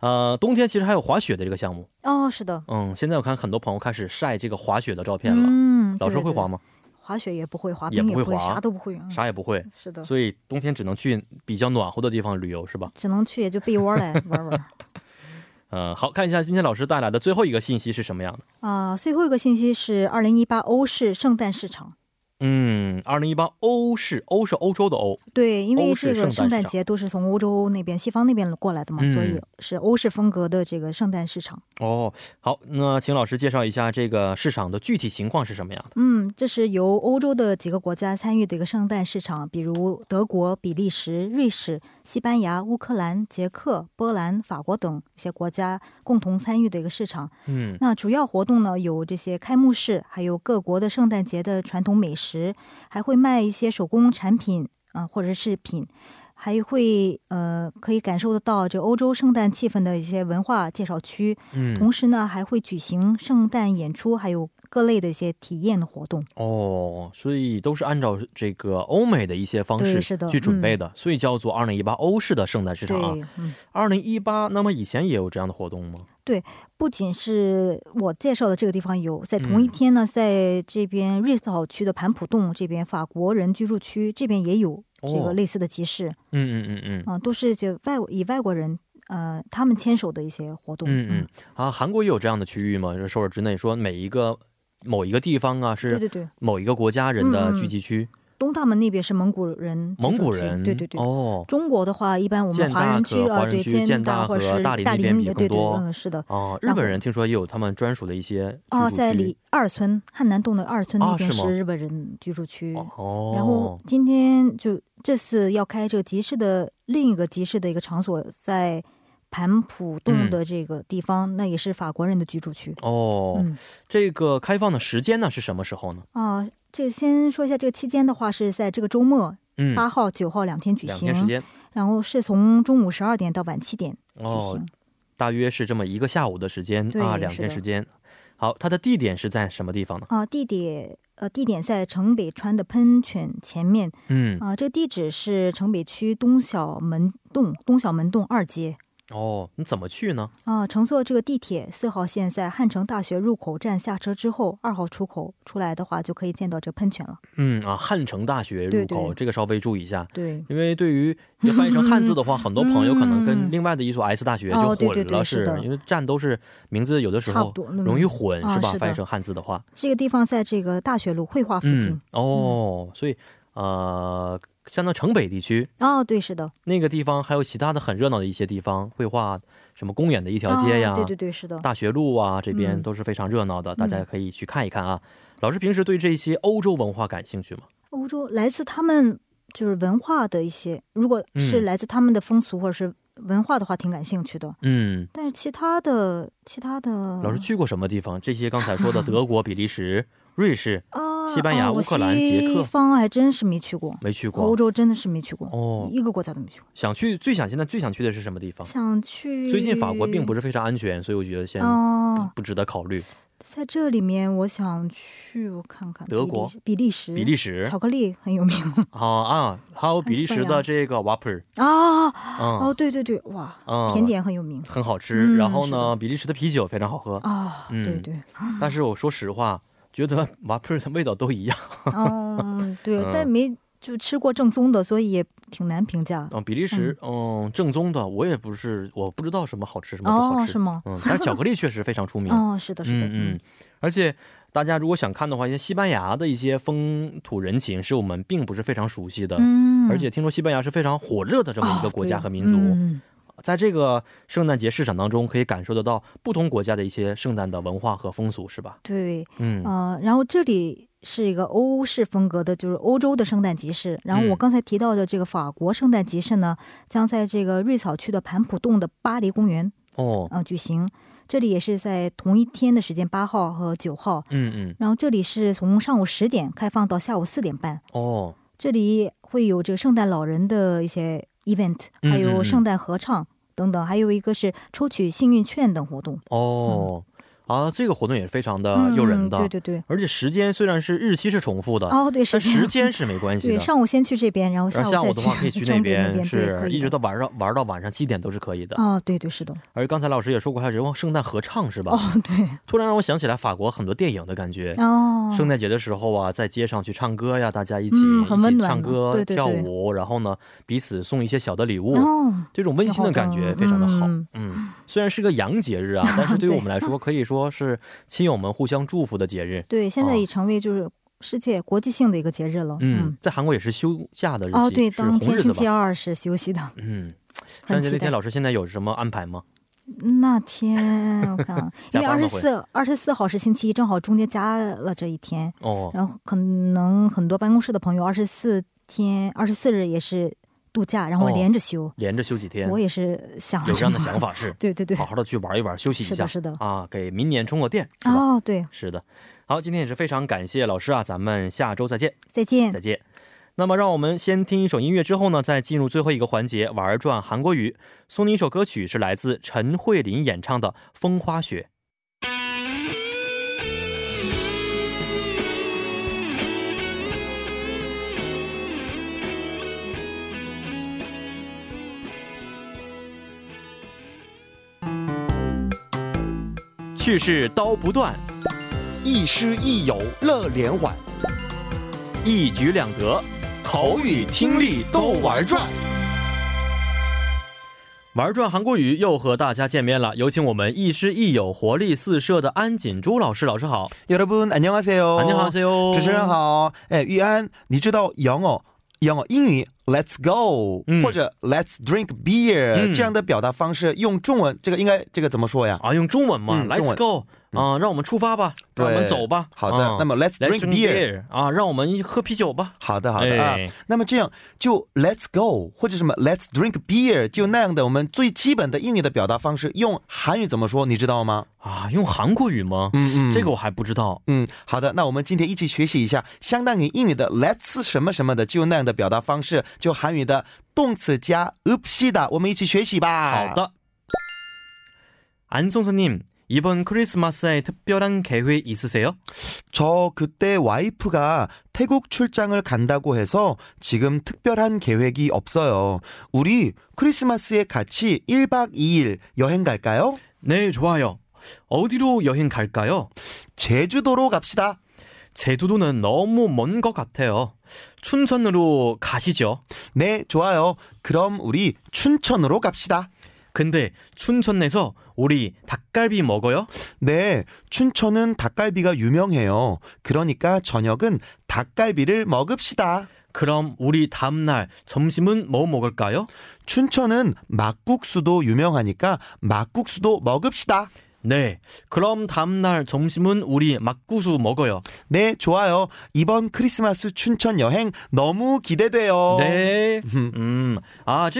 A: 呃，冬天其实还有滑雪的这个项目，
F: 哦，是的，
A: 嗯，现在我看很多朋友开始晒这个滑雪的照片了。
F: 嗯，
A: 老师
F: 对
A: 会滑？
F: 对
A: 吗？
F: 滑雪也不会，滑
A: 也
F: 冰
A: 不会
F: 不会，
A: 滑
F: 啥都不会，嗯
A: 啥也不会，
F: 是的，
A: 所以冬天只能去比较暖和的地方旅游是吧？
F: 只能去也就被窝来玩玩。
A: 呃，好看一下今天老师带来的最后一个信息是什么样的？
F: 啊，最后一个信息是二零一八欧式圣诞市场。
A: 嗯，二零一八欧是欧是欧洲的欧，
F: 对，因为
A: 欧式
F: 这
A: 圣
F: 个
A: 诞
F: 圣诞
A: 市场
F: 节都是从欧洲那边、西方那边过来的嘛，
A: 嗯
F: 所以是欧式风格的这个圣诞市场。
A: 哦，好，那请老师介绍一下这个市场的具体情况是什么样的？
F: 嗯，这是由欧洲的几个国家参与的一个圣诞市场，比如德国、比利时、瑞士、西班牙、乌克兰、捷克、波兰、法国等一些国家共同参与的一个市场。
A: 嗯，
F: 那主要活动呢有这些开幕式，还有各国的圣诞节的传统美食，还会卖一些手工产品啊、呃或者是品，还会呃可以感受得到这欧洲圣诞气氛的一些文化介绍区。
A: 嗯
F: 同时呢，还会举行圣诞演出，还有各类的一些体验的活动。
A: 哦，所以都是按照这个欧美的一些方
F: 对
A: 式
F: 是的嗯
A: 去准备的，所以叫做二零一八欧式的圣诞市
F: 对
A: 场啊。，
F: 嗯，
A: 二零一八，那么以前也有这样的活动吗？
F: 不仅是我介绍的这个地方有，在同一
A: 嗯
F: 天呢，在这边瑞草区的盘浦洞这边法国人居住区这边也有这
A: 哦
F: 个类似的集市。
A: 嗯嗯嗯嗯
F: 啊、都是就外以外国人呃他们牵手的一些活动。
A: 嗯嗯啊，韩国也有这样的区域吗？就是首尔之内，说每一个某一个地方啊
F: 对
A: 是
F: 对对，
A: 某一个国家人的
F: 嗯嗯
A: 聚集区，
F: 东大门那边是蒙古人居住区，
A: 蒙古人
F: 对对对。
A: 哦
F: 中国的话，一般我
A: 建
F: 们
A: 大
F: 华人
A: 和
F: 区
A: 华
F: 啊，
A: 人
F: 对
A: 区
F: 建
A: 建
F: 大
A: 大
F: 或者
A: 和
F: 是
A: 大理
F: 大
A: 那边比
F: 对
A: 更
F: 对对，
A: 多
F: 嗯，是的。
A: 哦，
F: 然
A: 日
F: 后
A: 本人听说也有他们专属的一些
F: 哦，
A: 居住
F: 在
A: 区
F: 里二村汉南洞的二村
A: 啊
F: 那边
A: 是吗
F: 是日本人居住区。
A: 哦，
F: 然后今天就这次要开这个集市的另一个集市的一个场所，在盘浦
A: 嗯
F: 洞的这个地方，那也是法国人的居住区。
A: 哦、
F: 嗯
A: 这个开放的时间呢是什么时候呢？
F: 啊，这先说一下这个期间的话，是在这个周末
A: 嗯，
F: 八号、九号两天啊举
A: 两
F: 行，
A: 天时间。
F: 然后是从中午十二点到晚七点举
A: 哦
F: 行。，
A: 大约是这么一个下午的时间
F: 对
A: 啊，两
F: 是
A: 天
F: 的
A: 时间。好，它的地点是在什么地方呢？
F: 啊，地点呃地点在城北川的喷泉前面
A: 嗯，
F: 啊，这个地址是城北区东小门洞东小门洞二街。
A: 哦，你怎么去呢？
F: 啊，乘坐这个地铁四号线，在汉城大学入口站下车之后，二号出口出来的话，就可以见到这喷泉了。
A: 嗯啊，汉城大学入
F: 对
A: 口，
F: 对
A: 这个稍微注意一下。
F: 对，
A: 因为对于要翻译成汉字 的话，很多朋友可能跟
F: 嗯
A: 另外的一所 S 大学就混了，
F: 哦对对对是的
A: 因为站都是名字，有的时
F: 差不
A: 候
F: 多
A: 容易混，
F: 嗯啊
A: 是吧？
F: 是的
A: 翻译成汉字的话，
F: 这个地方在这个大学路绘画附近
A: 嗯。，哦，所以呃，像那城北地区
F: 哦，对，是的。
A: 那个地方，还有其他的很热闹的一些地方，绘画什么公园的一条街呀，
F: 啊，对对对，是的。
A: 大学路啊，这边
F: 嗯
A: 都是非常热闹的，大家可以去看一看啊。老师平时对这些欧洲文化感兴趣吗？
F: 欧洲来自他们就是文化的一些，如果是
A: 嗯
F: 来自他们的风俗或者是文化的话，挺感兴趣的。
A: 嗯，
F: 但是其他的，其他的，
A: 老师去过什么地方？这些刚才说的德国、比利时、瑞士
F: 啊，
A: 西班牙
F: 啊我
A: 乌克兰捷克
F: 西方还真是没去过，
A: 没去过
F: 欧，洲真的是没去过，
A: 哦
F: 一个国家都没去过。
A: 想去最想现在最想去的是什么地方？
F: 想去
A: 最近法国并不是非嗯常安全，所以我觉得先
F: 哦，
A: 不值得考虑。
F: 在这里面，我想去我看看
A: 德
F: 比利
A: 国
F: 时比利时、
A: 比利时
F: 嗯巧克力很有名
A: 啊啊，还有比利时的这个 Whopper，
F: 啊、哦，
A: 嗯
F: 对对对，哇，
A: 嗯，
F: 甜点很有名
A: 很好吃。
F: 嗯
A: 然后
F: 是
A: 呢，
F: 的
A: 比利时的啤酒非常好喝，
F: 啊、
A: 嗯
F: 对 对，
A: 但是我说实话，觉得 Whopper 的味道都一样。
F: 嗯，对
A: 嗯，
F: 但没就吃过正宗的，所以也挺难评价。
A: 嗯，比利时，嗯，正宗的，我也不是，我不知道什么好吃，什么不好
F: 哦，
A: 吃。
F: 是吗？
A: 嗯，但是巧克力确实非常出名。
F: 哦，是的，是的，
A: 嗯嗯，而且大家如果想看的话，一些西班牙的一些风土人情是我们并不是非常熟悉的。
F: 嗯，
A: 而且听说西班牙是非常火热的这么一个国家
F: 哦
A: 和民族，
F: 对嗯
A: 在这个圣诞节市场当中，可以感受得到不同国家的一些圣诞的文化和风俗，是吧？
F: 对，
A: 嗯，
F: 呃，然后这里是一个欧式风格的，就是欧洲的圣诞集市。然后我
A: 嗯
F: 刚才提到的这个法国圣诞集市呢，将在这个瑞草区的盘普洞的巴黎公园
A: 哦，
F: 啊、呃举行。这里也是在同一天的时间，八号和九号。
A: 嗯嗯，
F: 然后这里是从上午十点开放到下午四点半，
A: 哦，
F: 这里会有这个圣诞老人的一些 event，
A: 嗯
F: 还
A: 嗯
F: 有
A: 嗯
F: 圣诞合唱等等，还有一个是抽取幸运券等活动，
A: 哦，啊，这个活动也是非常的
F: 嗯
A: 啊诱人的，啊
F: 对对对，
A: 而且时间虽然是日期是重复的，
F: 哦对，
A: 但
F: 时间
A: 时间是没关系
F: 对，
A: 的。
F: 上午先去这边，然后
A: 然
F: 下
A: 后下
F: 午再
A: 午的话可以去那
F: 中
A: 边，
F: 边对，可
A: 是
F: 以
A: 一直到
F: 的
A: 晚上玩到晚上七点都是可以的。
F: 哦，对对是的，
A: 而刚才老师也说过，还有人往圣诞合唱是吧？
F: 哦对，
A: 突然让我想起来法国很多电影的感觉。
F: 哦，
A: 圣诞节的时候啊，在街上去唱歌呀，大家一起、
F: 嗯很温
A: 一起
F: 暖
A: 唱
F: 的
A: 歌
F: 对对对
A: 跳舞，然后呢彼此送一些小的礼物，
F: 哦，
A: 这种温馨的感觉非常的好。
F: 嗯
A: 嗯，虽然是个洋节日 啊，但是对于
F: 对
A: 我们来说，可以说是亲友们互相祝福的节日。
F: 对，现
A: 哦
F: 在已成为就是世界国际性的一个节日了，
A: 嗯，。在韩国也是休假的日期，
F: 哦，对，
A: 是
F: 当
A: 红
F: 天
A: 日子
F: 星期
A: 吧？
F: 二是休息的。
A: 嗯，圣诞
F: 很
A: 节
F: 期
A: 那天
F: 待。
A: 老师现在有什么安排吗？
F: 那天我 看，啊，因
A: 加
F: 为
A: 班
F: 二
A: 了
F: 十
A: 会
F: 四、二十四号是星期一，正好中间加了这一天，
A: 哦，
F: 然后可能很多办公室的朋友二十四天、二十四日也是度假，然后
A: 哦
F: 连着休。
A: 连着休几天
F: 我，也是想
A: 有这样的
F: 着
A: 想法是
F: 对对 对
A: 好，好的去玩一玩，休息一
F: 是
A: 下
F: 的，是的。
A: 啊，给明年充个电，是吧？
F: 哦，对，
A: 是的，好，今天也是非常感谢老师啊，咱们下周再见，
F: 再见
A: 再。见。那么，让我们先听一首音乐，之后呢，再进入最后一个环节——玩儿转韩国语。送你一首歌曲，是来自陈慧琳演唱的《风花雪》。去世刀不断，
H: 亦师亦友乐连环，
A: 一举两得。
H: 口语听力都玩转。
A: 玩转韩国语又和大家见面了，有请我们亦师亦友、活力四射的安锦珠老师。老师好，啊
I: 여러분 안녕하세요.
A: 안녕하세요，
I: 哦主持人好。哎，玉安，你知道영어 영어英语 Let's go、
A: 嗯
I: 或者 Let's drink beer、
A: 嗯
I: 这样的表达方式，用中文这个应该这个怎么说呀？
A: 啊，用中文嘛、
I: 嗯
A: l e t
I: 中
A: s
I: 文
A: go 啊、让我们出发吧，
I: 对
A: 让我们走吧。
I: 好的，
A: 啊
I: 那么 Let's
A: Let's
I: drink beer。
A: 啊，让我们喝啤酒吧。
I: 好的，好的、
A: 哎
I: 啊。那么这样就 Let's go 或者什么 Let's drink beer，就那样的我们最基本的英语的表达方式，用韩语怎么说？你知道吗？
A: 啊，用韩国语吗？
I: 嗯嗯
A: 这个我还不知道。
I: 嗯，好的，那我们今天一起学习一下，相当于英语的 let's 什么什么的，就那样的表达方式，就韩语的动词加 upsida，我们一起学习吧。
A: 好，的。안 선생님, 이번 크리스마스에 특별한 계획 있으세요?
I: 저 그때 와이프가 태국 출장을 간다고 해서 지금 특별한 계획이 없어요. 우리 크리스마스에 같이 1박 2일 여행 갈까요?
A: 네, 좋아요. 어디로 여행 갈까요?
I: 제주도로 갑시다.
A: 제주도는 너무 먼 것 같아요. 춘천으로 가시죠.
I: 네, 좋아요. 그럼 우리 춘천으로 갑시다.
A: 근데 춘천에서 우리 닭갈비 먹어요?
I: 네, 춘천은 닭갈비가 유명해요. 그러니까 저녁은 닭갈비를 먹읍시다.
A: 그럼 우리 다음날 점심은 뭐 먹을까요?
I: 춘천은 막국수도 유명하니까 막국수도 먹읍시다.
A: 네. 그럼 다음날 점심은 우리 막구수 먹어요.
I: 네, 좋아요. 이번 크리스마스 춘천 여행 너무 기대돼요.
A: 네. 음. 아,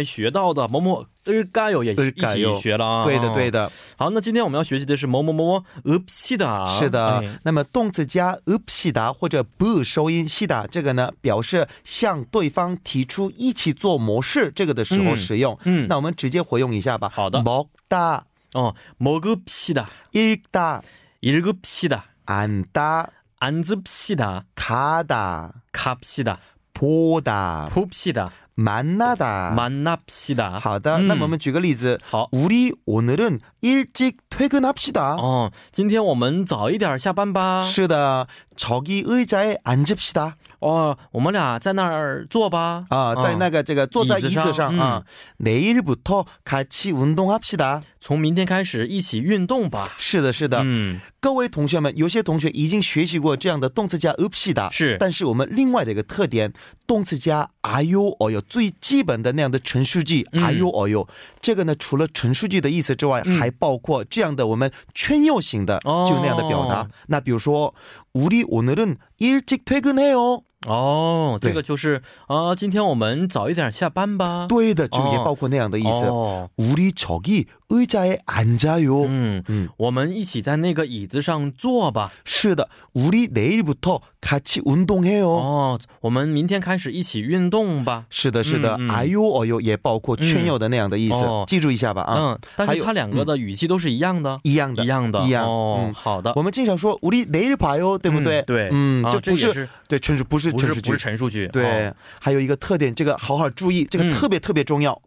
A: 这个把我们前几天学到的某某을까요也一起 예,
I: 을까요?
A: 学了啊。
I: 对的，对的。
A: 아, 好，那今天我们要学习的是某某某某 읍시다。 네.
I: 是的
A: 哎，
I: 那么动词加 upsida 或者 bu 收音 sida 这个呢，表示向对方提出一起做模式这个的时候
A: 嗯
I: 使用。
A: 嗯
I: 那我们直接活用一下吧。
A: 好的
I: 먹다
A: 음, 어먹읍시다
I: 읽다
A: 읽읍시다
I: 안다
A: 앉읍시다
I: 가다
A: 갑시다
I: 보다
A: 봅시다
I: 만나다.
A: 만납시다.
I: 啊好的，
A: 음.
I: 那么我们举个例子，
A: 好。
I: 우리 오늘은 일찍 퇴근합시다.
A: 哦，今天我们早一点下班吧。
I: 是的, 저기 의자에 앉읍시다.
A: 哦，我们俩在那儿坐吧。
I: 아,
A: 嗯椅子上，
I: 在那个这个坐在椅子上啊. 아, 내일부터 같이 운동합시다.
A: 从明天开始一起运动吧。
I: 是的,是的.
A: 嗯，
I: 各位同学们，有些同学已经学习过这样的动词加 upsida，
A: 是
I: 啊但是我们另外的一个特点，动词加 i u o u 最基本的那样的陈述句
A: 嗯
I: i u o u，这个呢，除了陈述句的意思之外，还包括这样的我们圈用型的，
A: 哦
I: 就那样的表达。那比如说，우리오늘은일찍퇴근해요。
A: 哦，
I: 对
A: 这个就是啊、今天我们早一点下班吧。
I: 对的，就
A: 哦
I: 也包括那样的意思。
A: 哦，
I: 우리저기의자에앉아요。
A: 嗯
I: 嗯
A: 我们一起在那个椅子上坐吧。
I: 是的，우리내일부터같이운동해요。
A: 哦，我们明天开始一起运动吧。
I: 是的，是的
A: 嗯嗯嗯
I: ，I U O U 也包括圈友的那样的意思，
A: 哦
I: 记住一下吧啊，
A: 嗯，但
I: 还
A: 是
I: 有
A: 它两个的语气都是一样的，
I: 一样的，
A: 一样的，
I: 一样。
A: 哦，
I: 嗯，
A: 好的
I: 我，们经常说“우리내일 봐요”，对不哦对？
A: 嗯对
I: 嗯，
A: 啊
I: 就
A: 这
I: 不
A: 也
I: 是
A: 是
I: 对陈述，不是
A: 不
I: 陈
A: 是
I: 述
A: 不
I: 句
A: 是，陈述句，
I: 对
A: 哦，。
I: 还有一个特点，这个好好注意，这个
A: 嗯
I: 特别特别重要。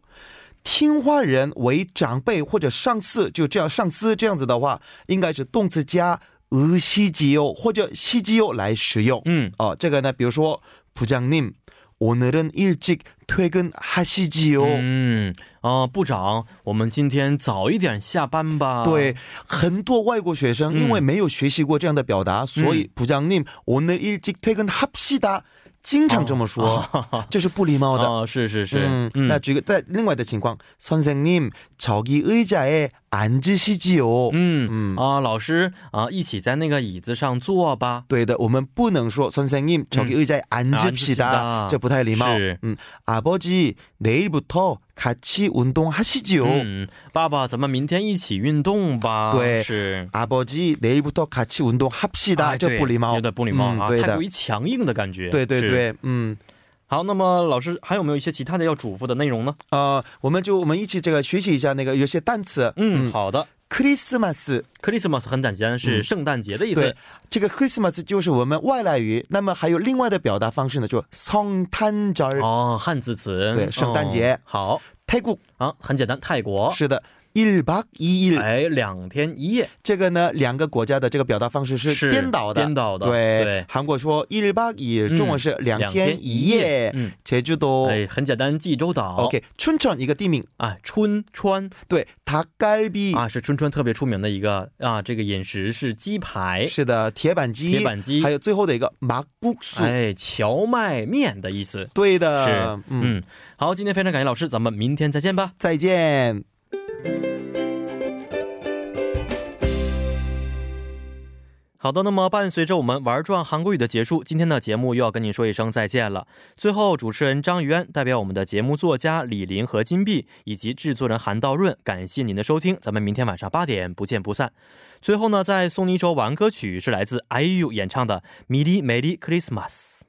I: 听话人为长辈或者上司，就这样上司这样子的话，应该是动词加“으시지요”或者“시지요”来使用。
A: 嗯，
I: 哦，这个呢，比如说부장님오늘은일찍퇴근하시지요。
A: 嗯啊、部长，我们今天早一点下班吧。
I: 对，很多外国学生因为没有学习过这样的表达，所以부장님오늘일찍퇴근합시다，经常这么说，这是不礼貌的。
A: 啊、是是是，
I: 嗯，那举个在另外的情况，선생님저기의자에앉으시지요。 음.
A: 嗯啊、老师啊、一起在那个椅子上坐吧。
I: 对的，我们不能说선생님저기의자에앉 음. 아, 읍시
A: 앉읍시다
I: 다， 这不太礼貌
A: 是。
I: 嗯，아버지내일부터같이운동하시지요。
A: 嗯，爸爸，咱们明天一起运动吧。
I: 对
A: 是。
I: 아버지내일부터같이운동합시다， 음, 아,
A: 哎
I: 这
A: 对
I: 不礼貌，
A: 有点不礼貌、
I: 嗯
A: 啊，
I: 对
A: 太
I: 的
A: 过，于强硬的感觉。
I: 对对
A: 是。
I: 对，嗯。
A: 好，那么老师还有没有一些其他的要嘱咐的内容呢？
I: 呃，我们就我们一起这个学习一下那个有些单词，
A: 嗯，好的。
I: ，Christmas，
A: Christmas 很简单，是圣诞节的意思。
I: 嗯对，这个 Christmas 就是我们外来语，那么还有另外的表达方式呢，就성탄절，
A: 哦，汉字词。
I: 嗯对圣诞节
A: 哦好
I: 泰国
A: 啊，很简单，泰国。
I: 是的，일박이일，
A: 哎，两天一夜。
I: 这个呢，两个国家的这个表达方式
A: 是
I: 是颠倒的，
A: 颠倒的
I: 对，
A: 对
I: 韩国说일박이일，
A: 嗯
I: 中文是两天一夜，
A: 嗯，
I: 제주도。
A: 哎，很简单，济州岛。
I: 哦 OK，춘천一个地名，
A: 啊，春川
I: 对，닭갈비，
A: 啊是春川特别出名的一个啊，这个饮食是鸡排，
I: 是的，铁板鸡，
A: 哎铁板鸡
I: 还有最后的一个막국수，
A: 哎，荞麦面的意思。
I: 对
A: 是
I: 的，，嗯，
A: 嗯，好，今天非常感谢老师，咱们明天再见吧。
I: 再见。
A: 好的，那么伴随着我们玩转韩国语的结束，今天的节目又要跟你说一声再见了。最后，主持人张于安代表我们的节目作家李林和金碧以及制作人韩道润，感谢您的收听，咱们明天晚上八点不见不散。最后呢，再送你一首晚安歌曲，是来自 IU 演唱的《미리메리크리스마스》。